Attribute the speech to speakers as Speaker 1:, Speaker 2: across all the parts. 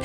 Speaker 1: แถ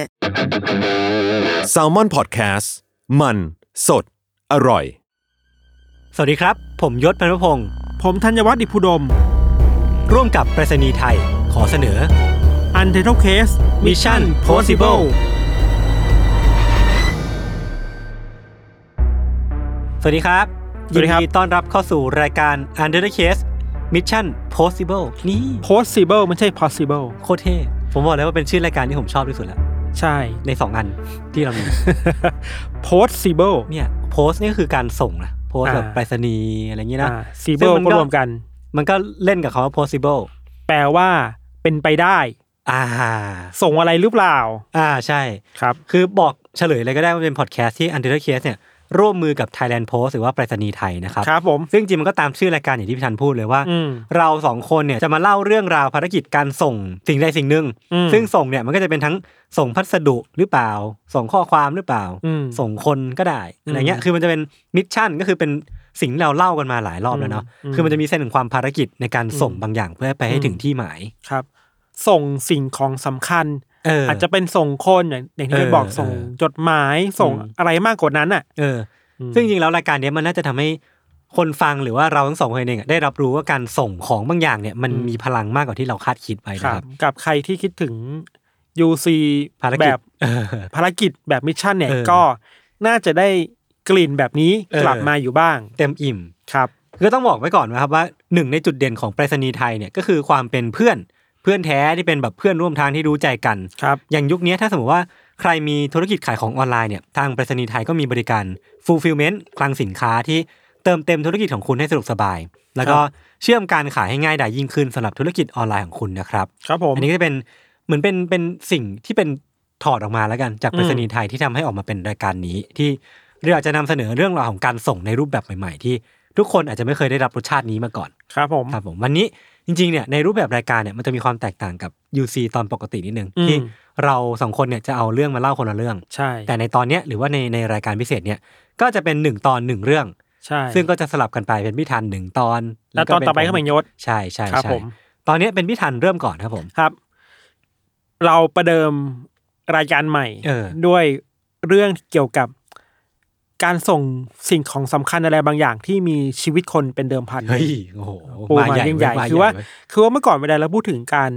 Speaker 2: แซลมอนพอดแคสต์มันสดอร่อย
Speaker 3: สวัสดีครับ ผมยศพันพงศ์
Speaker 4: ผมธัญวัฒน์อิพุดม
Speaker 3: ร่วมกับไปรษณีย์ไทย ขอเสนอ
Speaker 4: u n t i t l e Case
Speaker 3: Mission Possible สวัสดีครับ
Speaker 4: สวัสดีครับ
Speaker 3: ยินต้อนรับเข้าสู่รายการ Under the Case Mission Possible นี่
Speaker 4: Possible ไม่ใช่ Possible
Speaker 3: โคตรเท่ผมบอกเลยว่าเป็นชื่อรายการที่ผมชอบที่สุดแล้ว
Speaker 4: ใช่
Speaker 3: ใน 2 อันที่เรามี
Speaker 4: Possible
Speaker 3: เนี่ยโพสนี่ก็คือการส่งนะโพส
Speaker 4: อ่า
Speaker 3: แบบไปรษณีย์อะไรอย่างนี้นะ
Speaker 4: อ่า Sible
Speaker 3: ซึ่งมันก็
Speaker 4: ก็รวมกัน
Speaker 3: มันก็เล่นกับคำว่า possible
Speaker 4: แปลว่า เป็นไปได้
Speaker 3: อ่า
Speaker 4: ส่งอะไรหรือเปล่า
Speaker 3: อ่าใช่
Speaker 4: ครับ
Speaker 3: คือบอกเฉลยเลยก็ได้ว่าเป็นพอดแคสต์ที่ Under the Case เนี่ยร่วมมือกับ Thailand Post หรือว่าไปรษณีย์ไทยนะครับ
Speaker 4: ครับผม
Speaker 3: ซึ่งจริงมันก็ตามชื่อรายการอย่างที่พี่ธันพูดเลยว่า
Speaker 4: อืม
Speaker 3: เราสองคนเนี่ยจะมาเล่าเรื่องราวภารกิจการส่งสิ่งใดสิ่งหนึ่ง
Speaker 4: อืม
Speaker 3: ซึ่งส่งเนี่ยมันก็จะเป็นทั้งส่งพัสดุหรือเปล่า ส่งข้อความหรือเปล่า
Speaker 4: อืม
Speaker 3: ส่งคนก็ได้อะไรเงี้ย
Speaker 4: อืม
Speaker 3: คือมันจะเป็นมิชชั่นก็คือเป็นสิ่งที่เราเล่ากันมาหลายรอบแล้วเนาะ
Speaker 4: อืม
Speaker 3: คือมันจะมีเส้นของความภารกิจในการส่งบางอย่างเพื่อไปให้
Speaker 4: อืม
Speaker 3: ถึงที่หมาย
Speaker 4: ครับ ส่งสิ่งของสำคัญ
Speaker 3: เอออ
Speaker 4: อาจจะเป็นส่งคนอย่างอย่างที่
Speaker 3: เออ
Speaker 4: เคยบอกส่ง
Speaker 3: เออ
Speaker 4: จดหมายส่ง
Speaker 3: อืม
Speaker 4: อะไรมากกว่านั้นอ่ะ
Speaker 3: เอออ
Speaker 4: ม
Speaker 3: ซึ่งจริงๆแล้วรายการเนี้ยมันน่าจะทำให้คนฟังหรือว่าเราทั้งสองคนเองอะได้รับรู้ว่าการส่งของบางอย่างเนี่ยมันมีพลังมากกว่าที่เราคาดคิดไปนะครับ
Speaker 4: กับใครที่คิดถึง UC
Speaker 3: ภารกิจ
Speaker 4: แบบ
Speaker 3: เออ
Speaker 4: ภารกิจแบบมิชชั่นเนี่ย
Speaker 3: เออ
Speaker 4: ก็น่าจะได้กลิ่นแบบนี้
Speaker 3: เออ
Speaker 4: กลับมาอยู่บ้าง
Speaker 3: เต็มอิ่ม
Speaker 4: ครับ
Speaker 3: ก็ต้องบอกไว้ก่อนนะครับว่าหนึ่งในจุดเด่นของไปรษณีย์ไทยเนี่ยก็คือความเป็นเพื่อนเพื่อนแท้ที่เป็นแบบเพื่อนร่วมทางที่รู้ใจกัน
Speaker 4: ครับ
Speaker 3: อย่างยุคนี้ถ้าสมมติว่าใครมีธุรกิจขายของออนไลน์เนี่ยทางไปรษณีย์ไทยก็มีบริการ fulfillment คลังสินค้าที่เติมเต็มธุรกิจของคุณให้สะดวกสบาย แล้วก็
Speaker 4: ครับ
Speaker 3: เชื่อมการขายให้ง่ายดายยิ่งขึ้นสำหรับธุรกิจออนไลน์ของคุณนะครับ
Speaker 4: ครับผม
Speaker 3: อันนี้ก็จะเป็นเหมือนเป็นเป็นสิ่งที่เป็นถอดออกมาแล้วกันจาก
Speaker 4: อืม
Speaker 3: ไปรษณีย์ไทยที่ทำให้ออกมาเป็นรายการนี้ ที่เราอยากจะนำเสนอเรื่องราวของการส่งในรูปแบบใหม่ๆ ที่ทุกคนอาจจะไม่เคยได้รับรสชาตินี้มาก่อน
Speaker 4: ครับผม
Speaker 3: ครับผมวันนี้จริงๆเนี่ยในรูปแบบรายการเนี่ยมันจะมีความแตกต่างกับ UC ตอนปกตินิดนึง
Speaker 4: อืม
Speaker 3: ที่เราสองคนเนี่ยจะเอาเรื่องมาเล่าคนละเรื่อง
Speaker 4: ใช่
Speaker 3: แต่ในตอนเนี้ยหรือว่าในในรายการพิเศษเนี่ยก็จะเป็นหนึ่งตอนหนึ่งเรื่อง
Speaker 4: ใช่
Speaker 3: ซึ่งก็จะสลับกันไปเป็นพิธันหนึ่งตอน
Speaker 4: แล้วตอน
Speaker 3: เ
Speaker 4: ต่อไปก็เป็นยศ
Speaker 3: ใช่ใช่
Speaker 4: ครับ
Speaker 3: ใช่
Speaker 4: ผม
Speaker 3: ตอนเนี้ยเป็นพิธันเริ่มก่อนครับผม
Speaker 4: ครับ เราประเดิมรายการใหม่
Speaker 3: เออ
Speaker 4: ด้วยเรื่องเกี่ยวกับการส่งสิ่งของสำคัญอะไรบางอย่างที่มีชีวิตคนเป็นเดิมพัน
Speaker 3: เฮ้ยโอ้โห
Speaker 4: ปูมายิ่งใหญ่
Speaker 3: เว้ยม
Speaker 4: คือว่า
Speaker 3: เย
Speaker 4: คือว่าเมื่อก่อนเวลาเราพูดถึงการ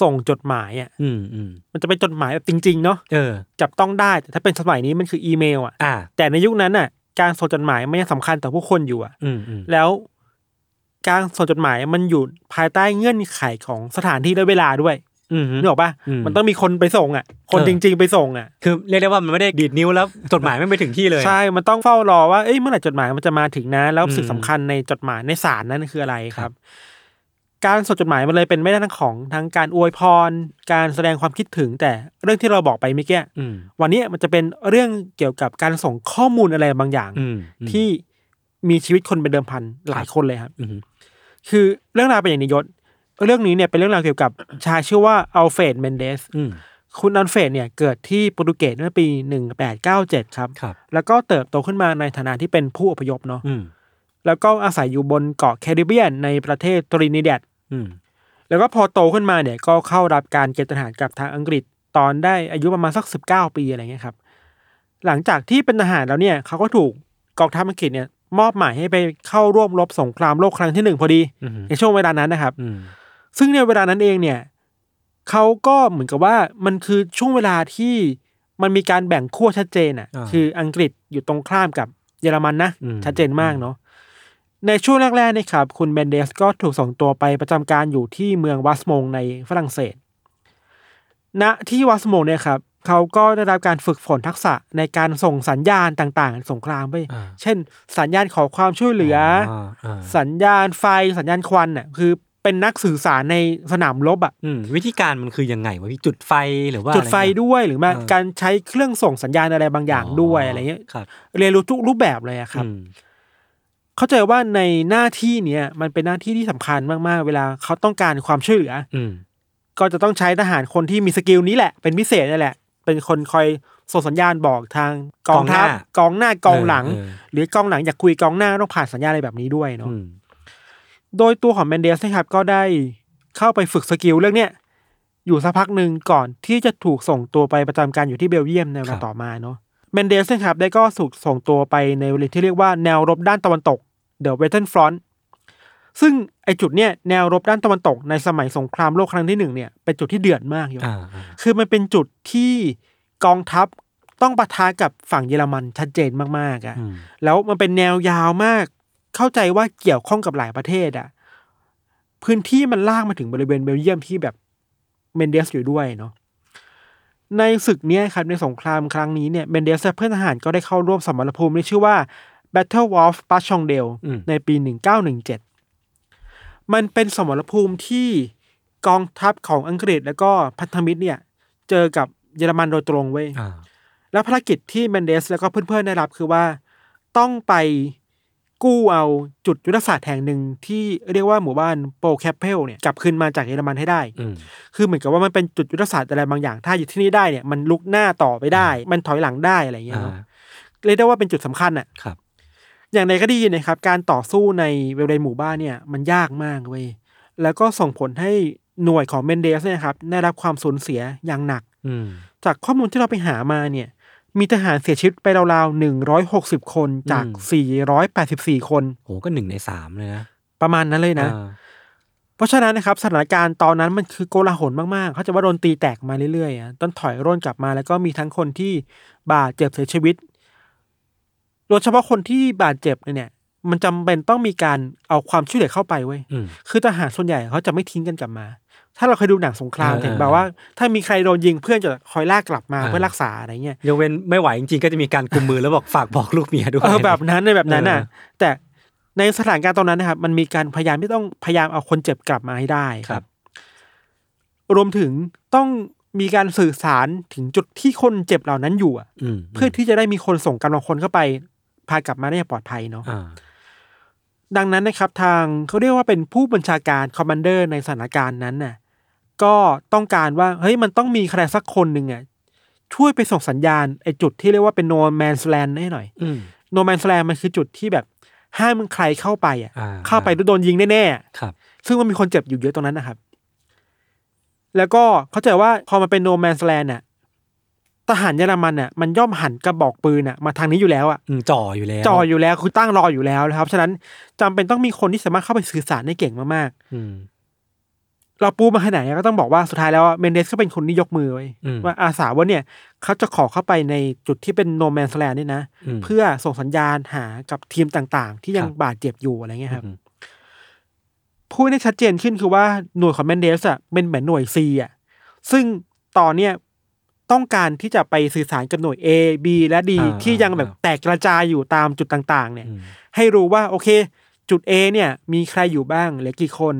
Speaker 4: ส่งจดหมายอ่ะ
Speaker 3: อืมอืม
Speaker 4: มันจะเป็นจดหมายแบบจริง ๆ เนาะ
Speaker 3: เออ
Speaker 4: จับต้องได้แต่ถ้าเป็นสมัยนี้มันคืออีเมลอ่ะ
Speaker 3: อ่า
Speaker 4: แต่ในยุคนั้นอ่ะ การส่งจดหมายมันยังสำคัญต่อผู้คนอยู่อ่ะ
Speaker 3: อืมอืม
Speaker 4: แล้วการส่งจดหมายมันอยู่ภายใต้เงื่อนไขของสถานที่และเวลาด้วย
Speaker 3: อืม
Speaker 4: นึกออกปะ
Speaker 3: อืม
Speaker 4: มันต้องมีคนไปส่งอ่ะ คน
Speaker 3: เออ
Speaker 4: จริง ๆ ไปส่งอ่ะ
Speaker 3: คือเรียกได้ว่ามันไม่ได้ดีดนิ้วแล้วจดหมายไม่ไปถึงที่เลย
Speaker 4: ใช่ มันต้องเฝ้ารอว่าเอ้ยเมื่อไหร่จดหมายมันจะมาถึงนะ แล้ว
Speaker 3: อืม
Speaker 4: สิ่งสำคัญในจดหมายในสารนั้นคืออะไรค
Speaker 3: ครั
Speaker 4: รับ บ การส่งจดหมายมันเลยเป็นไม่ได้ทั้งของทั้งการอวยพร การแสดงความคิดถึง แต่เรื่องที่เราบอกไปเมื่อกี้
Speaker 3: อืม
Speaker 4: วันนี้มันจะเป็นเรื่องเกี่ยวกับการส่งข้อมูลอะไรบางอย่าง
Speaker 3: อืม
Speaker 4: ที่มีชีวิตคนเป็นเดิมพันหลายคนเลยครับ
Speaker 3: อืม
Speaker 4: คือเรื่องราวเป็นอย่างนี้ยศ เรื่องนี้เนี่ยเป็นเรื่องราวเกี่ยวกับ ชายชื่อว่าอัลเฟรดเมนเดส
Speaker 3: อืม
Speaker 4: คุณอัลเฟรดเนี่ยเกิดที่โปรตุเกสเมื่อปี 1897 ครับ
Speaker 3: ครับ
Speaker 4: แล้วก็เติบโตขึ้นมาในฐานะที่เป็นผู้อพยพเนาะ
Speaker 3: อืม
Speaker 4: แล้วก็อาศัยอยู่บนเกาะแคริบเบียนในประเทศตรินิแดด
Speaker 3: อืม
Speaker 4: แล้วก็พอโตขึ้นมาเนี่ยก็เข้ารับการเกณฑ์ทหารกับทางอังกฤษ ตอนได้อายุประมาณสักสิบเก้าปีอะไรเงี้ยครับหลังจากที่เป็นทหารแล้วเนี่ยเขาก็ถูกกองทัพอังกฤษเนี่ยมอบหมายให้ไปเข้าร่วมรบสงครามโลกครั้งที่หนึ่งพอดี
Speaker 3: อือหือ
Speaker 4: ในช่วงเวลานั้นนะครับ
Speaker 3: อืม
Speaker 4: ซึ่งในเวลานั้นเองเนี่ยเขาก็เหมือนกับว่ามันคือช่วงเวลาที่มันมีการแบ่งขั้วชัดเจนอ่ะ
Speaker 3: อ่า
Speaker 4: คืออังกฤษอยู่ตรงข้ามกับเยอรมันนะ
Speaker 3: อืม
Speaker 4: ชัดเจนมากเนาะในช่วงแรกๆเนี่ยครับ คุณเบนเดสก็ถูกส่งตัวไปประจำการอยู่ที่เมืองวัสมงในฝรั่งเศส ณที่วัสมงเนี่ยครับเขาก็ได้รับการฝึกฝนทักษะในการส่งสัญญาณต่างๆ สงครามไป
Speaker 3: อ่า
Speaker 4: เช่น สัญญาณขอความช่วยเหลือ
Speaker 3: าอ่า
Speaker 4: สัญญาณไฟสัญญาณควันน่ะคือเป็นนักสื่อสารในสนามรบอ่ะ
Speaker 3: อืมวิธีการมันคือยังไงวะพี่จุดไฟหรือว่า
Speaker 4: จุดไฟ
Speaker 3: อะรเงี้ย
Speaker 4: ด้วยหรือไม่
Speaker 3: เออ
Speaker 4: การใช้เครื่องส่งสัญญาณอะไรบางอย่างด้วยอะไรเงี้ย
Speaker 3: ครับ
Speaker 4: เรียนรู้ทุกรูปแบบเลยอะครับ
Speaker 3: อืม
Speaker 4: เข้าใจว่าในหน้าที่เนี้ยมันเป็นหน้าที่ที่สำคัญมากๆ เวลาเขาต้องการความช่วยเหลือ
Speaker 3: อืม
Speaker 4: ก็จะต้องใช้ทหารคนที่มีสกิลนี้แหละ เป็นพิเศษนั่นแหละ เป็นคนคอยส่งสัญญาณบอกทางกองทัพกองหน้ากองหลัง
Speaker 3: เออเออ
Speaker 4: หรือกองหลังอยากคุยกองหน้าต้องผ่านสัญญาณอะไรแบบนี้ด้วย
Speaker 3: อื
Speaker 4: เนาะ
Speaker 3: ม
Speaker 4: โดยตัวของแมนเดสนะครับก็ได้เข้าไปฝึกสกิลเรื่องเนี้ยอยู่สักพักหนึ่งก่อนที่จะถูกส่งตัวไปประจำการอยู่ที่เบลเยียมในเวลาต่อมาเนาะแมนเดสนะครับได้ก็ถูกส่งตัวไปในบริเวณที่เรียกว่าแนวรบด้านตะวันตก The Western Front ซึ่งไอจุดเนี้ยแนวรบด้านตะวันตก ในสมัยสงครามโลกครั้งที่หนึ่งเนี่ยเป็นจุดที่เดือดมากอยู่
Speaker 3: อ่าอ่า
Speaker 4: คือมันเป็นจุดที่กองทัพต้องปะทะกับฝั่งเยอรมันชัดเจนมากๆอ่ะ
Speaker 3: อืม
Speaker 4: แล้วมันเป็นแนวยาวมาก เข้าใจว่าเกี่ยวข้องกับหลายประเทศอ่ะ พื้นที่มันลากมาถึงบริเวณเบลเยียมที่แบบเมนเดสอยู่ด้วยเนาะ ในศึกเนี้ยครับในสงครามครั้งนี้เนี่ยเมนเดสและเพื่อนทหารก็ได้เข้าร่วมสมรภูมิที่ชื่อว่า Battle of p a c h o n g d a l e
Speaker 3: อืม
Speaker 4: ในปี 1917 มันเป็นสมรภูมิที่กองทัพของอังกฤษแล้วก็พันธมิตรเนี่ย เจอกับเยอรมันโดยตรงเว้ย
Speaker 3: อ่า
Speaker 4: แล้วภารกิจที่เมนเดสแล้วก็เพื่อนๆได้รับคือว่าต้องไปกู้เอาจุดยุทธศาสตร์แห่งหนึ่งที่เรียกว่าหมู่บ้านโปรแคปเพลเนี่ยกลับคืนมาจากเยอรมันให้ได้
Speaker 3: อืม
Speaker 4: คือเหมือนกับว่ามันเป็นจุดยุทธศาสตร์อะไรบางอย่าง ถ้าอยู่ที่นี่ได้เนี่ยมันลุกหน้าต่อไปได้ มันถอยหลังได้อะไรอย่างเงี้ย
Speaker 3: อ่า
Speaker 4: เนาะเรียกได้ว่าเป็นจุดสำคัญอ่ะ
Speaker 3: ครับ
Speaker 4: อย่างไรก็ดีนะครับ การต่อสู้ในบริเวณหมู่บ้านเนี่ยมันยากมากเว้ยแล้วก็ส่งผลให้หน่วยของเมนเดสเนี่ยครับได้รับความสูญเสียอย่างหนัก
Speaker 3: อืม
Speaker 4: จากข้อมูลที่เราไปหามาเนี่ย มีทหารเสียชีวิตไปราวๆหนึ่งร้อยหกสิบคนจาก
Speaker 3: อื
Speaker 4: สี่ร้อยแปดสิบสี่คน
Speaker 3: โหก็หนึ่งในสามเลยนะ
Speaker 4: ประมาณนั้นเลยนะ
Speaker 3: อ่า
Speaker 4: เพราะฉะนั้นนะครับสถานการณ์ตอนนั้นมันคือโกลาหลมากๆ เขาจะว่าโดนตีแตกมาเรื่อยๆอ่ะต้นถอยร่นกลับมาแล้วก็มีทั้งคนที่บาดเจ็บเสียชีวิต โดยเฉพาะคนที่บาดเจ็บเนี่ย มันจำเป็นต้องมีการเอาความช่วยเหลือเข้าไปเว้ย
Speaker 3: อืม
Speaker 4: คือทหารส่วนใหญ่เขาจะไม่ทิ้งกันกลับมา ถ้าเราเคยดูหนังสงคราม
Speaker 3: เออ
Speaker 4: เห็นแบบว่า ถ้ามีใครโดนยิงเพื่อนจะคอยลากกลับมา
Speaker 3: เออ
Speaker 4: เพื่อรักษาอะไรเงี้ย
Speaker 3: ยกเว้นไม่ไหวจริงๆก็จะมีการกุมมือแล้วบอกฝากบอกลูกเมียด้วย
Speaker 4: เออแบบนั้นในแบบนั้นน่ะ
Speaker 3: เอ
Speaker 4: แต่ในสถานการณ์ตอนนั้นนะครับ มันมีการพยายามที่ต้องพยายามเอาคนเจ็บกลับมาให้ได้
Speaker 3: ครับ
Speaker 4: รวมถึงต้องมีการสื่อสารถึงจุดที่คนเจ็บเหล่านั้นอยู่อะ
Speaker 3: อืม
Speaker 4: เพื่อที่จะได้มีคนส่งกำลังคนเข้าไป พากลับมาได้อย่างปลอดภัยเนาะ
Speaker 3: อ่า
Speaker 4: ดังนั้นนะครับ ทางเขาเรียกว่าเป็นผู้บัญชาการคอมมานเดอร์ในสถานการณ์นั้นน่ะ ก็ต้องการว่าเฮ้ยมันต้องมีใครสักคนหนึ่งอ่ะช่วยไปส่งสัญญาณไอ้จุดที่เรียกว่าเป็นโนแมนสแลนให้หน่อย
Speaker 3: อืม
Speaker 4: โนแมนสแลมมันคือจุดที่แบบห้ามใครเข้าไปอ่ะ
Speaker 3: อ่า
Speaker 4: เข้าไปแล้วโดนยิงแน่
Speaker 3: ครับ
Speaker 4: ๆ ซึ่งมันมีคนเจ็บอยู่เยอะตรงนั้นนะครับ แล้วก็เข้าใจว่าพอมันเป็นโนแมนสแลนน่ะทหารเยอรมันน่ะมันย่อมหันกระบอกปืนน่ะมาทางนี้อยู่แล้วอ่ะ
Speaker 3: อืมจ่ออยู่แล้ว
Speaker 4: จ่ออยู่แล้วคือตั้งรออยู่แล้วนะครับ ฉะนั้นจำเป็นต้องมีคนที่สามารถเข้าไปสื่อสารได้เก่งมาก
Speaker 3: อืม
Speaker 4: ๆ เราปูมาขนาดนี้ก็ต้องบอกว่าสุดท้ายแล้วอะเมนเดสก็เป็นคนที่ยกมือไว้
Speaker 3: อืม
Speaker 4: ว่าอาสาว่าเนี่ยเขาจะขอเข้าไปในจุดที่เป็นโนแมนสแลนนี่ยนะ
Speaker 3: ม
Speaker 4: เพื่อส่งสัญญาณหากับทีมต่างๆ ที่ยัง
Speaker 3: ครับ
Speaker 4: บาดเจ็บอยู่อะไรเงี้ยครับ
Speaker 3: อืม
Speaker 4: พูดให้ชัดเจนขึ้นคือว่าหน่วยของแมนเดสอ่ะเป็นเหมือนหน่วย C อ่ะซึ่งตอนเนี้ยต้องการที่จะไปสื่อสารกับหน่วย A B และ D
Speaker 3: อ่า
Speaker 4: ที่ยังแบบ
Speaker 3: อ่า
Speaker 4: แตกกระจายอยู่ตามจุดต่างๆ เนี่ย
Speaker 3: อืม
Speaker 4: ให้รู้ว่าโอเค จุด A เนี่ย มีใครอยู่บ้างเหลือกี่คน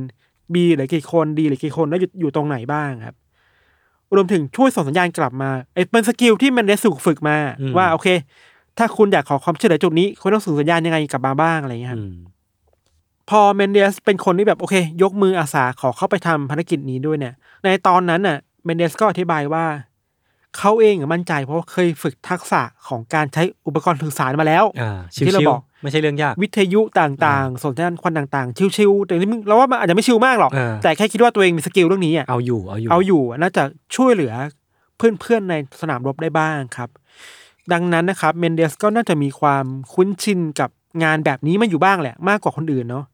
Speaker 4: B เหลือกี่คน D เหลือกี่คนแล้วอยู่อยู่ตรงไหนบ้างครับ รวมถึงช่วยส่งสัญญาณกลับมาไอ้เป็นสกิลที่แมนเดสถูกฝึกมา ว่าโอเค ถ้าคุณอยากขอความช่วยเหลือจุดนี้ คุณต้องส่งสัญญาณยังไงกลับมาบ้างอะไรอย่างเงี้ยครับ
Speaker 3: อืม
Speaker 4: พอเมนเดสเป็นคนที่แบบโอเค ยกมืออาสาขอเข้าไปทำภารกิจนี้ด้วยเนี่ย ในตอนนั้นน่ะเมนเดสก็อธิบายว่า เขาเองอะมั่นใจเพราะว่าเคยฝึกทักษะของการใช้อุปกรณ์สื่อสารมาแล้ว
Speaker 3: อ่าชิวๆ
Speaker 4: ที่เราบอก
Speaker 3: ไม่ใช่เรื่องยาก
Speaker 4: วิทยุต่างๆสนทนาควันต่างๆ ชิวๆแต่นี่มึงเราว่ามันอาจจะไม่ชิวมากหรอก
Speaker 3: เออ
Speaker 4: แต่แค่คิดว่าตัวเองมีสกิลเรื่องนี้อ่ะ
Speaker 3: เอาอยู่เอาอยู่
Speaker 4: เอาอยู่น่าจะช่วยเหลือเพื่อนๆในสนามรบได้บ้างครับ ดังนั้นนะครับเมนเดสก็น่าจะมีความคุ้นชินกับงานแบบนี้มาอยู่บ้างแหละ มากกว่าคนอื่นเนาะ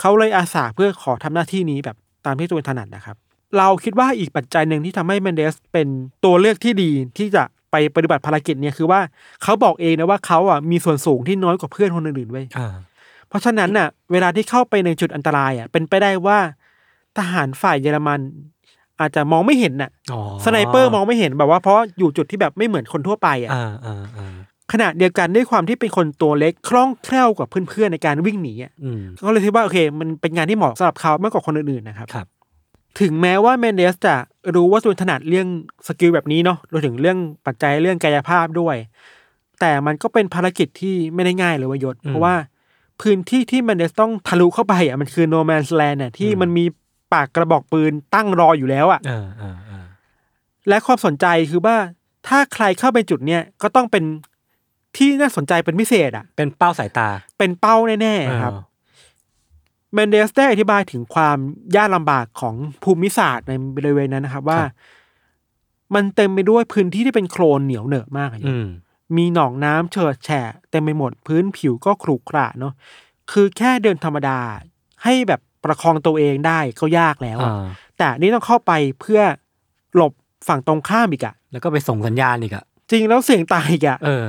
Speaker 4: เขาเลยอาสาเพื่อขอทำหน้าที่นี้แบบตามที่ตัวเองถนัดนะครับ เราคิดว่าอีกปัจจัยหนึ่งที่ทำให้เมนเดสเป็นตัวเลือกที่ดีที่จะไปปฏิบัติภารกิจเนี่ยคือว่าเขาบอกเองนะว่าเขาอ่ะมีส่วนสูงที่น้อยกว่าเพื่อนคนอื่นๆเว้ย
Speaker 3: อ่า
Speaker 4: เพราะฉะนั้นน่ะเวลาที่เข้าไปในจุดอันตรายอ่ะเป็นไปได้ว่าทหารฝ่ายเยอรมัน อาจจะมองไม่เห็นน่ะ
Speaker 3: อ๋อ
Speaker 4: สไนเปอร์มองไม่เห็นแบบว่าเพราะอยู่จุดที่แบบไม่เหมือนคนทั่วไปอ่ะ
Speaker 3: อ่าอ่าอ่า
Speaker 4: ขณะเดียวกันด้วยความที่เป็นคนตัวเล็กคล่องแคล่วกว่าเพื่อนๆในการวิ่งหนีอ่ะ
Speaker 3: อืม
Speaker 4: ก็เลยคิดว่าโอเค มันเป็นงานที่เหมาะสำหรับเขามากกว่าคนอื่นๆนะครับ
Speaker 3: ครับ
Speaker 4: ถึงแม้ว่าเมนเดสจะรู้ว่าส่วนถนัดเรื่องสกิลแบบนี้เนาะรวมถึงเรื่องปัจจัยเรื่องกายภาพด้วย แต่มันก็เป็นภารกิจที่ไม่ได้ง่ายเลยเวยยศ เพราะว่าพื้นที่ที่เมนเดสต้องทะลุเข้าไปอ่ะมันคือโนแมนสแลนด์น่ะที่
Speaker 3: อืม
Speaker 4: มันมีปากกระบอกปืนตั้งรออยู่แล้วอ่ะ
Speaker 3: อ่าอ่าอ่า
Speaker 4: และความสนใจคือว่าถ้าใครเข้าไปจุดเนี้ยก็ต้องเป็นที่น่าสนใจเป็นพิเศษอ่ะ
Speaker 3: เป็นเป้าสายตา
Speaker 4: เป็นเป้าแน่ๆครับ เมนเดสได้อธิบายถึงความยากลำบากของภูมิศาสตร์ในบริเวณนั้นนะครับ ว่า มันเต็มไปด้วยพื้นที่ที่เป็นโคลนเหนียวเหนอะมากอะ
Speaker 3: อืม
Speaker 4: มีหนองน้ำเฉิดแฉะเต็มไปหมดพื้นผิวก็ขรุขระเนาะคือแค่เดินธรรมดา ให้แบบประคองตัวเองได้ก็ยากแล้ว
Speaker 3: อ่า
Speaker 4: อะแต่นี่ต้องเข้าไปเพื่อหลบฝั่งตรงข้ามอีกอะ
Speaker 3: แล้วก็ไปส่งสัญญาณอีกอ่ะ
Speaker 4: จริงแล้วเสี่ยงตายอีกอะ
Speaker 3: เออ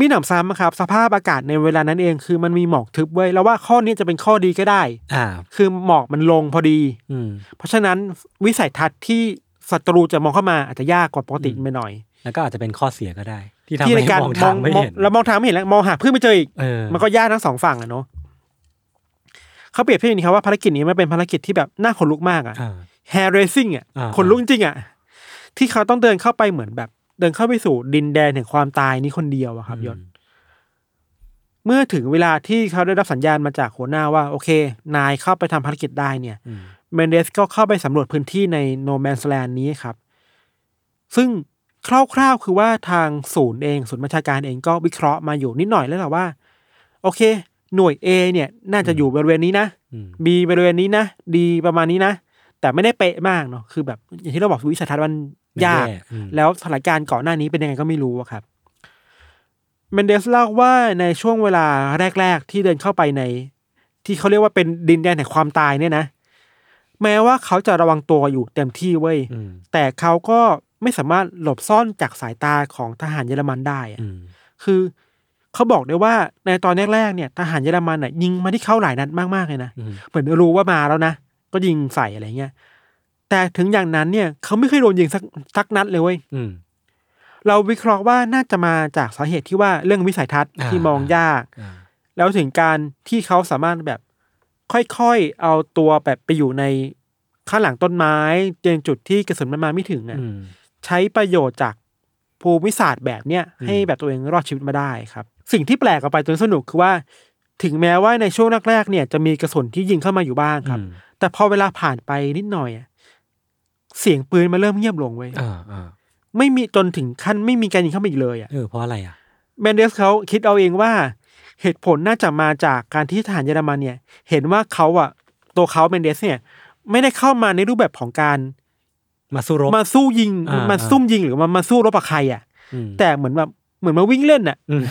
Speaker 4: มีหนำซ้ำครับ สภาพอากาศในเวลานั้นเองคือมันมีหมอกทึบไว้ยแล้วว่าข้อนี้จะเป็นข้อดีก็ได้
Speaker 3: อ่า
Speaker 4: คือหมอกมันลงพอดี
Speaker 3: อืม
Speaker 4: เพราะฉะนั้นวิสัยทัศน์ที่ศัตรูจะมองเข้ามาอาจจะยากกว่าปกติไปหน่อย
Speaker 3: แล้วก็อาจจะเป็นข้อเสียก็ได้ ที่ทำ
Speaker 4: ที่ใน
Speaker 3: ให้
Speaker 4: การ
Speaker 3: มองทางไม่เห็น
Speaker 4: แล้วมองทางไม่เห็นแล้วมองหาเพื่อนไม่เจออีก
Speaker 3: เออ
Speaker 4: มันก็ยากทั้งสองฝั่งอะเนาะเขาเปรียบเทียบอย่างนี้ครับว่าภารกิจนี้มันเป็นภารกิจที่แบบน่าขนลุกมากอะ
Speaker 3: อ่า
Speaker 4: แฮร์เรซิ่งอ่ะ
Speaker 3: อ่า
Speaker 4: คนลุกจริงๆอ่ะที่เขาต้องเดินเข้าไปเหมือนแบบ เดินเข้าไปสู่ดินแดนแห่งความตายนี้คนเดียวอะครับยศเมื่อถึงเวลาที่เขาได้รับสัญญาณมาจากหัวหน้าว่า โอเค นายเข้าไปทำภารกิจได้เนี่ยเมนเดสก็เข้าไปสำรวจพื้นที่ในโนแมนสแลนนี้ครับ ซึ่งคร่าวๆคือว่าทางศูนย์เอง ศูนย์บัญชาการเองก็วิเคราะห์มาอยู่นิดหน่อยแล้วแหละว่า โอเค หน่วย A เนี่ยน่าจะอยู่บริเวณนี้นะ
Speaker 3: อืม
Speaker 4: B บริเวณนี้นะ D ประมาณนี้นะ แต่ไม่ได้เป๊ะมากเนาะคือแบบอย่างที่เราบอกวิสัยทัศน์มันยาก
Speaker 3: มันแย่อืม
Speaker 4: แล้วสถานการณ์ก่อนหน้านี้เป็นยังไงก็ไม่รู้อะครับเมนเดสเล่าว่าในช่วงเวลาแรก ๆ ที่เดินเข้าไปใน ที่เขาเรียกว่าเป็นดินแดนแห่งความตายเนี่ยนะ แม้ว่าเขาจะระวังตัวอยู่เต็มที่เว้ย
Speaker 3: อืม
Speaker 4: แต่เขาก็ไม่สามารถหลบซ่อนจากสายตาของทหารเยอรมันได้อะ
Speaker 3: อืม
Speaker 4: คือเขาบอกได้ว่าในตอนแรกๆเนี่ย ทหารเยอรมันน่ะยิงมาที่เขาหลายนัดมากๆเลยนะ
Speaker 3: อืม
Speaker 4: เหมือนรู้ว่ามาแล้วนะ ก็ยิงใส่อะไรเงี้ย แต่ถึงอย่างนั้นเนี่ย เขาไม่เคยโดนยิงสักสักนัดเลยเว้ย
Speaker 3: อืม
Speaker 4: เราวิเคราะห์ว่าน่าจะมาจากสาเหตุที่ว่าเรื่องวิสัยทัศน์
Speaker 3: อ่า
Speaker 4: ที่มองยาก
Speaker 3: อ่า
Speaker 4: แล้วถึงการที่เขาสามารถแบบค่อยๆเอาตัวแบบไปอยู่ในข้างหลังต้นไม้เจนจุดที่กระสุนมันมาไม่ถึงอะ
Speaker 3: อืม
Speaker 4: ใช้ประโยชน์จากภูมิศาสตร์แบบเนี้ยให้แบบตัวเองรอดชีวิตมาได้ครับ สิ่งที่แปลกออกไปจนสนุกคือว่า ถึงแม้ว่าในช่วงแรกๆเนี่ยจะมีกระสุนที่ยิงเข้ามาอยู่บ้างครับ
Speaker 3: อืม
Speaker 4: แต่พอเวลาผ่านไปนิดหน่อยอะเสียงปืนมาเริ่มเงียบลงเว้ย
Speaker 3: อ่าอ่า
Speaker 4: ไม่มีจนถึงขั้นไม่มีการยิงเข้ามาอีกเลยอะ
Speaker 3: เออเพราะอะไรอ่ะ
Speaker 4: เมนเดสเขาคิดเอาเองว่า เหตุผลน่าจะมาจากการที่ทหารเยอรมันเนี่ย เห็นว่าเขาอะตัวเขาเมนเดสเนี่ย ไม่ได้เข้ามาในรูปแบบของการ
Speaker 3: มาสู้รบ
Speaker 4: มาสู้ยิง
Speaker 3: อ่ามั
Speaker 4: มาซุ่มยิงหรือมามาสู้รบกับใครอะ
Speaker 3: อืม
Speaker 4: แต่เหมือนแบบเหมือนมาวิ่งเล่นอะ
Speaker 3: อืม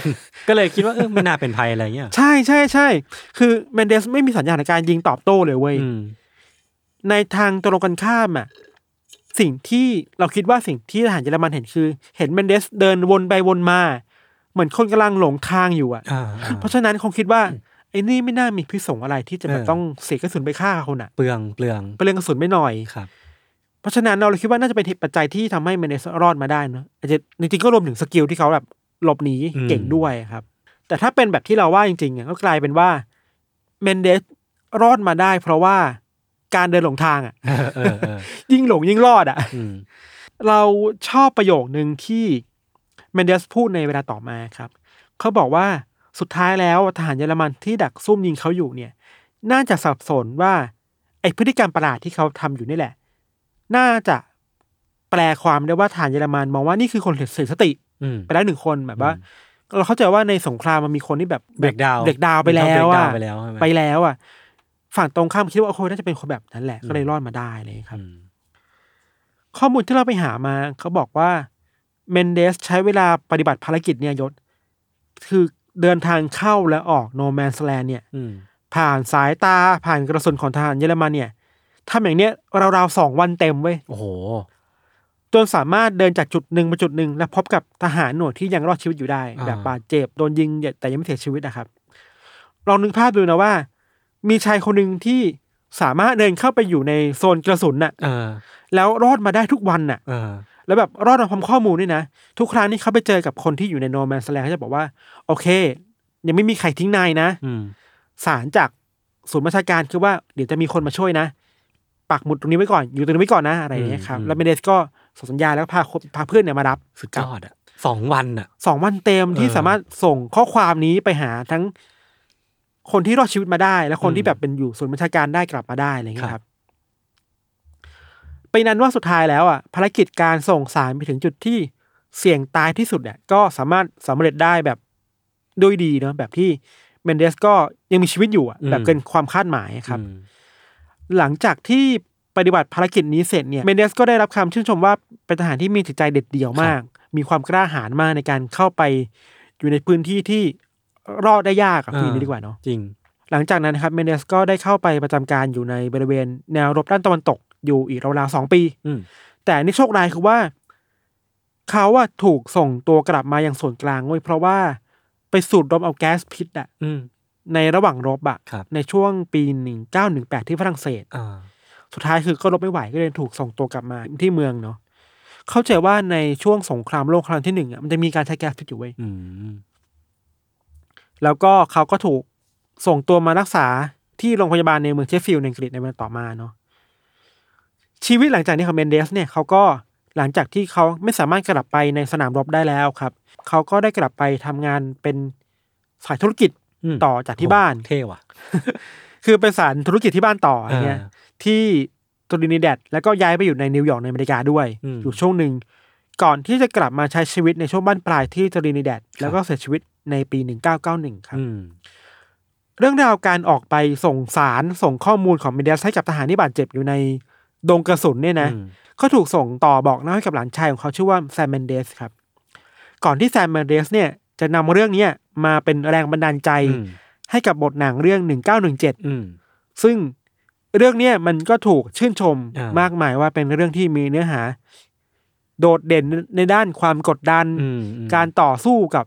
Speaker 3: ก็เลยคิดว่าเออไม่น่าเป็นภัยอะไรเงี้ย
Speaker 4: ใช่ใช่ใช่คือเมนเดสไม่มีสัญญาณในการยิงตอบโต้เลยเว้ย
Speaker 3: อืม
Speaker 4: ในทางตรงกันข้ามอ่ะสิ่งที่เราคิดว่าสิ่งที่ทหารเยอรมันเห็นคือ เห็นเมนเดสเดินวนไปวนมา เหมือนคนกำลังหลงทางอยู่อ่ะ
Speaker 3: อ่าอ่า
Speaker 4: เพราะฉะนั้นคงคิดว่าไอ้นี่ไม่น่ามีพิษสงอะไรที่จะแบบ
Speaker 3: เออ
Speaker 4: ต้องเสียกระสุนไปฆ่าคนอ่ะ
Speaker 3: เปลืองเปลือง
Speaker 4: ไปเรื่องกระสุนไม่หน่อย
Speaker 3: ครับ
Speaker 4: เพราะฉะนั้นเราเลยคิดว่าน่าจะเป็นเหตุปัจจัยที่ทำให้เมเนสรอดมาได้เนอะอาจจะจริงๆก็รวมถึงสกิลที่เขาแบบหลบหนี
Speaker 3: อืม
Speaker 4: เก่งด้วยครับ แต่ถ้าเป็นแบบที่เราว่าจริงๆอะก็กลายเป็นว่าเมนเดสรอดมาได้ เพราะว่าการเดินหลงทางอ่ะ
Speaker 3: เออเออเออ
Speaker 4: ยิ่งหลงยิ่งรอดอ่ะ
Speaker 3: อืม
Speaker 4: เราชอบประโยคหนึ่งที่เมนเดสพูดในเวลาต่อมาครับ เขาบอกว่าสุดท้ายแล้วทหารเยอรมันที่ดักซุ่มยิงเขาอยู่เนี่ย น่าจะสับสนว่าไอพฤติกรรมประหลาดที่เขาทำอยู่นี่แหละ น่าจะแปลความได้ว่าทหารเยอรมันมองว่านี่คือคนเสียสติ
Speaker 3: อืม
Speaker 4: ไปแล้วหนึ่งคนแบบว่า เราเข้าใจว่าในสงครามมันมีคนที่แบบ
Speaker 3: Breakdown
Speaker 4: เบรกดาวไป
Speaker 3: มี
Speaker 4: แล้
Speaker 3: คน
Speaker 4: วอะ
Speaker 3: breakdown ไปแล้วใช่ไหม
Speaker 4: ไปแล้วอะฝั่งตรงข้ามคิดว่าโอ้โหน่าจะเป็นคนแบบนั้นแหละ ก็เลยรอดมาได้อะไรอย่างเลยครับ
Speaker 3: อืม
Speaker 4: ข้อมูลที่เราไปหามาเขาบอกว่าเมนเดสใช้เวลาปฏิบัติภารกิจเนี่ยยศ คือเดินทางเข้าและออกโนแมนสแลนเนี่ย
Speaker 3: อืม
Speaker 4: ผ่านสายตาผ่านกระสุนของทหารเยอรมันเนี่ยทำอย่างเนี้ยราวๆสองวันเต็มเว้ย
Speaker 3: โอ้โห
Speaker 4: จนสามารถเดินจากจุดหนึ่งมาจุดหนึ่งและพบกับทหารหน่วยที่ยังรอดชีวิตอยู่ได้
Speaker 3: อ่า
Speaker 4: แบบบาดเจ็บโดนยิงแต่ยังไม่เสียชีวิตนะครับลองนึกภาพดูนะว่า มีชายคนหนึ่งที่สามารถเดินเข้าไปอยู่ในโซนกระสุนน่ะ
Speaker 3: เออ
Speaker 4: แล้วรอดมาได้ทุกวันน่ะ
Speaker 3: เออ
Speaker 4: แล้วแบบรอดมาพร้อมข้อมูลด้วยนะ ทุกครั้งที่เขาไปเจอกับคนที่อยู่ในโนแมนสแลนเขาจะบอกว่า โอเค ยังไม่มีใครทิ้งนายนะ
Speaker 3: อืม
Speaker 4: สารจากศูนย์บัญชาการคือว่าเดี๋ยวจะมีคนมาช่วยนะ ปักหมุดตรงนี้ไว้ก่อน อยู่ตรงนี้ไว้ก่อนนะอะไรอย่างเงี้ยครับ แล้วเมเดสก็ส่งสัญญาณแล้วพาคนพาเพื่อนเนี่ยมารับ
Speaker 3: สุดยอดอ่ะสองวันอ่ะ
Speaker 4: สองวันเต็มที่
Speaker 3: เออ
Speaker 4: สามารถส่งข้อความนี้ไปหาทั้งคนที่รอดชีวิตมาได้ และคน
Speaker 3: อืม
Speaker 4: ที่แบบเป็นอยู่ศูนย์บัญชาการได้กลับมาได้อะไรอย่างเงี้
Speaker 3: ค
Speaker 4: ยครับ รับไปนั้นว่าสุดท้ายแล้วอ่ะภารกิจการส่งสารไปถึงจุดที่เสี่ยงตายที่สุดเนี่ยก็สามารถสำเร็จได้แบบด้วยดีเนาะแบบที่เมนเดสก็ยังมีชีวิตอยู่อะแบบเกินความคาดหมายครับ
Speaker 3: อืม
Speaker 4: หลังจากที่ปฏิบัติภารกิจนี้เสร็จเนี่ยเมนเดสก็ได้รับคำชื่นชมว่าเป็นทหารที่มีจิตใจเด็ดเดี่ยวมาก มีความกล้าหาญมากในการเข้าไปอยู่ในพื้นที่ที่รอดได้ยากอะพี่นี้ดีกว่าเนาะ
Speaker 3: จริง
Speaker 4: หลังจากนั้นนะครับเมนเดสก็ได้เข้าไปประจำการอยู่ในบริเวณแนวรบด้านตะวันตกอยู่อีกราวๆสองปี
Speaker 3: อืม
Speaker 4: แต่อันนี่โชคร้ายคือว่า เขาว่าถูกส่งตัวกลับมายังส่วนกลางเว้ยเพราะว่าไปสูดดมเอาแก๊สพิษอะ
Speaker 3: อืม
Speaker 4: ในระหว่างรบอะ
Speaker 3: ครับ
Speaker 4: ในช่วงปี 1918 ที่ฝรั่งเศส
Speaker 3: อ่า
Speaker 4: สุดท้ายคือก็รบไม่ไหวก็เลยถูกส่งตัวกลับมาที่เมืองเนาะเข้าใจว่าในช่วงสงครามโลกครั้งที่หนึ่งอะมันจะมีการใช้แก๊สพิษอยู่เว้ย
Speaker 3: อืม
Speaker 4: แล้วก็เขาก็ถูกส่งตัวมารักษาที่โรงพยาบาลในเมืองเชฟฟิลด์ในอังกฤษในเวลาต่อมาเนาะชีวิตหลังจากนี้ของเมนเดสเนี่ยเขาก็หลังจากที่เขาไม่สามารถกลับไปในสนามรบได้แล้วครับ เขาก็ได้กลับไปทำงานเป็นสายธุรกิจ
Speaker 3: ม
Speaker 4: ต่อจากที่บ้าน
Speaker 3: เท่ว่ะ
Speaker 4: คือเป็นสารธุรกิจที่บ้านต่ออย่างเงี้ย
Speaker 3: อ่า
Speaker 4: ที่ตรินิแดดแล้วก็ย้ายไปอยู่ในนิวยอร์กในอเมริกาด้วย
Speaker 3: อืม
Speaker 4: อยู่ช่วงหนึ่ง ก่อนที่จะกลับมาใช้ชีวิตในช่วงบ้านปลายที่ตรินิแดดแล้วก็เสียชีวิตในปี 1991 ครับ
Speaker 3: ืม
Speaker 4: เรื่องราวการออกไปส่งสารส่งข้อมูลของเมเดสให้กับทหารที่บาดเจ็บอยู่ในดงกระสุนเนี่ยนะ
Speaker 3: อืม
Speaker 4: ก็ถูกส่งต่อบอกเล่าให้กับหลานชายของเขาชื่อว่าแซมเมนเดสครับ ก่อนที่แซมเมนเดสเนี่ยจะนำเรื่องเนี้ยมาเป็นแรงบันดาลใจ
Speaker 3: อืม
Speaker 4: ให้กับบทหนังเรื่อง 1917
Speaker 3: อืม
Speaker 4: ซึ่งเรื่องเนี้ยมันก็ถูกชื่นชม
Speaker 3: อ่าม
Speaker 4: มากมายว่าเป็นเรื่องที่มีเนื้อหา โดดเด่นในด้านความกดดัน
Speaker 3: อืมอืม
Speaker 4: การต่อสู้กับ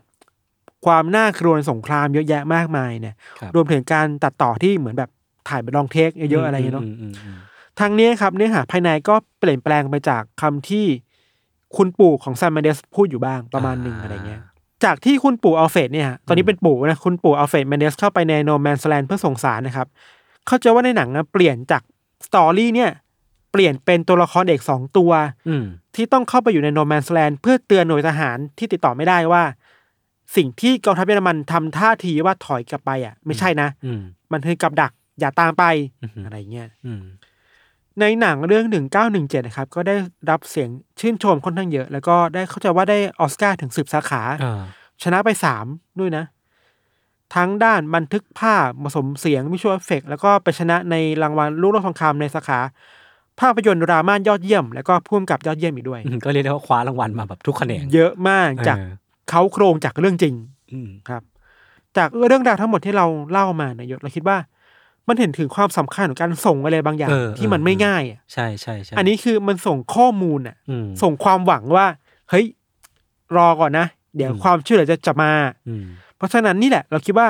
Speaker 4: ความน่ากลัวในสงครามเยอะแยะมากมายเนี่ย
Speaker 3: ครับ
Speaker 4: รวมถึงการตัดต่อที่เหมือนแบบถ่ายเป็นลองเทคเยอะๆอะไรอย่างเงี้ยเนาะ
Speaker 3: มอืมอืม
Speaker 4: ทางเนี้ยครับเนื้อหาภายในก็เปลี่ยนแปลงไปจากคำที่คุณปู่ของแซมเมนเดสพูดอยู่บ้างประมาณหนึ่งอะไรเงี้ย จากที่คุณปู่อัลเฟรดเนี่ยฮะตอนนี้เป็นปู่นะคุณปู่อัลเฟรดเมนเดสเข้าไปในโนแมนสแลนเพื่อส่งสารนะครับ เข้าใจว่าในหนังนะเปลี่ยนจากสตอรี่เนี่ย เปลี่ยนเป็นตัวละครเอกสองตัว
Speaker 3: อืม
Speaker 4: ที่ต้องเข้าไปอยู่ในโนแมนสแลนเพื่อเตือนหน่วยทหารที่ติดต่อไม่ได้ว่า สิ่งที่กองทัพเยอรมันทำท่าทีว่าถอยกลับไปอ่ะ ไม่ใช่นะ
Speaker 3: อืม
Speaker 4: มันคือกับดักอย่าตามไป
Speaker 3: อือหืออ
Speaker 4: อะไรเงี้ย
Speaker 3: อืม
Speaker 4: ในหนังเรื่อง 1917 นะครับ ก็ได้รับเสียงชื่นชมค่อนข้างเยอะ แล้วก็ได้เข้าใจว่าได้ออสการ์ถึงสิบสาขา
Speaker 3: อ่า
Speaker 4: ชนะไปสามด้วยนะ ทั้งด้านบันทึกภาพผสมเสียงวิชวลเอฟเฟกแล้วก็ไปชนะในรางวัลลูกโลกทองคำในสาขา ภาพยนตร์ดราม่ายอดเยี่ยม แล้วก็พ่วงกับยอดเยี่ยมอีกด้วย
Speaker 3: อืมก็เรียกได้ว่าคว้ารางวัลมาแบบทุกแขนง
Speaker 4: เยอะมากจาก
Speaker 3: เออ
Speaker 4: เขาโครงจากเรื่องจริง
Speaker 3: อืม
Speaker 4: ครับ จากเรื่องราวทั้งหมดที่เราเล่ามาเนี่ยยศเราคิดว่า มันเห็นถึงความสำคัญของการส่งอะไรบางอย่าง
Speaker 3: เออ
Speaker 4: ที่มันไม่ง่ายอะ
Speaker 3: ใช่ใช่ใช่
Speaker 4: อันนี้คือมันส่งข้อมูลอ่ะ
Speaker 3: อืม
Speaker 4: ส่งความหวังว่า เฮ้ยรอก่อนนะ เดี๋ยว
Speaker 3: อืม
Speaker 4: ความช่วยเหลือจะจะมา
Speaker 3: อืม
Speaker 4: เพราะฉะนั้นนี่แหละ เราคิดว่า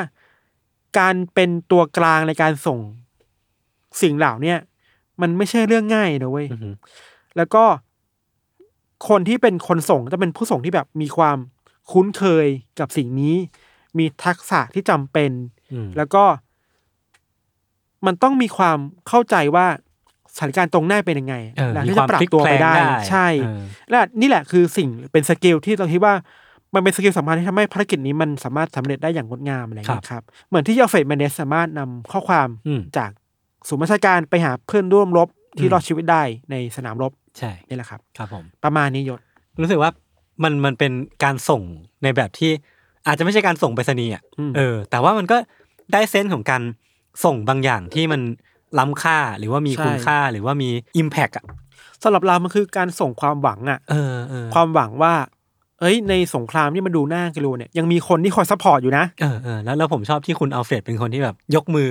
Speaker 4: การเป็นตัวกลางในการส่งสิ่งเหล่าเนี้ยมันไม่ใช่เรื่องง่ายนะเว้ย
Speaker 3: อือฮึ
Speaker 4: แล้วก็คนที่เป็นคนส่งจะเป็นผู้ส่งที่แบบมีความคุ้นเคยกับสิ่งนี้ มีทักษะที่จำเป็น
Speaker 3: อืม
Speaker 4: แล้วก็มันต้องมีความเข้าใจว่าสถานการณ์ตรงหน้าเป็นยังไง
Speaker 3: เออ
Speaker 4: และ
Speaker 3: มี
Speaker 4: ที่
Speaker 3: ความ
Speaker 4: จะปรับ
Speaker 3: พลิก
Speaker 4: ตัว
Speaker 3: แพล
Speaker 4: ไป
Speaker 3: ง
Speaker 4: ได้
Speaker 3: ได้
Speaker 4: ใช่
Speaker 3: เออ
Speaker 4: และนี่แหละคือสิ่งเป็นสกิลที่เราคิดว่ามันเป็นสกิลสำคัญที่ทำให้ภารกิจนี้มันสามารถสำเร็จได้อย่างงดงามอะไรอย่างเงี้ยครับ เหมือนที่อัลเฟรดแมนเดสสามารถนำข้อความ
Speaker 3: อืม
Speaker 4: จากศูนย์ราชาการไปหาเพื่อนร่วมรบที่
Speaker 3: อืม
Speaker 4: รอดชีวิตได้ในสนามรบ
Speaker 3: ใช่
Speaker 4: นี่แหละครับ
Speaker 3: ครับผม
Speaker 4: ประมาณนี้ยศ
Speaker 3: รู้สึกว่ามันมันเป็นการส่งในแบบที่ อาจจะไม่ใช่การส่งไปรษณีย์อะ
Speaker 4: อืม
Speaker 3: เออ แต่ว่ามันก็ได้เซนส์ของการส่งบางอย่างที่มันล้ำค่าหรือว่ามีคุณค่าหรือว่ามี impact อ่ะ
Speaker 4: สำหรับเรามันคือการส่งความหวังอะ
Speaker 3: เออเออ
Speaker 4: ความหวังว่า เอ้ย ในสงครามที่มันดูน่ากลัวเนี่ยยังมีคนที่คอยซัพพอร์ตอยู่นะ
Speaker 3: เออเออแล้วแล้วผมชอบที่คุณอัลเฟรดเป็นคนที่แบบยกมือ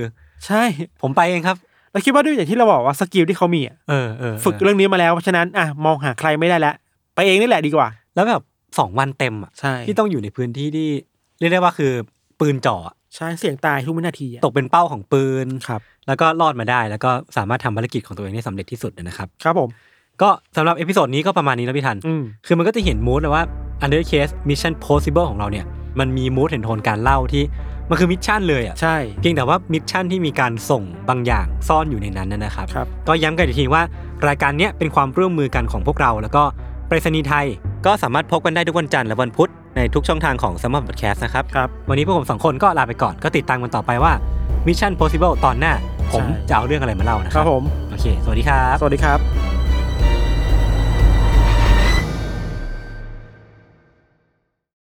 Speaker 4: ใช่
Speaker 3: ผมไปเองครับ
Speaker 4: เราคิดว่าด้วยอย่างที่เราบอกว่าสกิลที่เขามีอะ
Speaker 3: เออเออ
Speaker 4: ฝึก
Speaker 3: เออ
Speaker 4: เรื่องนี้มาแล้วเพราะฉะนั้นอ่ะมองหาใครไม่ได้แล้วไปเองนี่แหละดีกว่า
Speaker 3: แล้วแบบสองวันเต็มอ่ะ
Speaker 4: ใช่
Speaker 3: ที่ต้องอยู่ในพื้นที่ที่เรียกได้ว่าคือปืนจ่ออะ
Speaker 4: ใช่เสี่ยงตายทุกวินาทีอะ
Speaker 3: ตกเป็นเป้าของปืน
Speaker 4: ครับ
Speaker 3: แล้วก็รอดมาได้ แล้วก็สามารถทำภารกิจของตัวเองได้สำเร็จที่สุดนะครับ
Speaker 4: ครับผม
Speaker 3: ก็สำหรับเอพิโซดนี้ก็ประมาณนี้นะพี่ทัน
Speaker 4: อืม
Speaker 3: คือมันก็จะเห็นมูดแล้วว่า Under Case Mission Possible ของเราเนี่ย มันมีมูดเห็นโทนการเล่าที่ มันคือมิชชั่นเลยอ่ะ
Speaker 4: ใช่
Speaker 3: เพียงแต่ว่ามิชชั่นที่มีการส่งบางอย่างซ่อนอยู่ในนั้นนะนะครับ
Speaker 4: ครับ
Speaker 3: ก็ย้ำกันอีกทีว่ารายการเนี้ยเป็นความร่วมมือกันของพวกเรา แล้วก็ไปรษณีย์ไทย ก็สามารถพบกันได้ทุกวันจันทร์และวันพุธในทุกช่องทางของสม m บัตแคสนะครับ
Speaker 4: ครับ
Speaker 3: วันนี้พวกผมสองคนก็ลาไปก่อน ก็ติดตามกันต่อไปว่า Mission Possible ตอนหน้า ผม
Speaker 4: ใช่
Speaker 3: จะเอาเรื่องอะไรมาเล่านะ
Speaker 4: ครับผม
Speaker 3: โอเค สวัสดีครับ
Speaker 4: สวัสดีครับ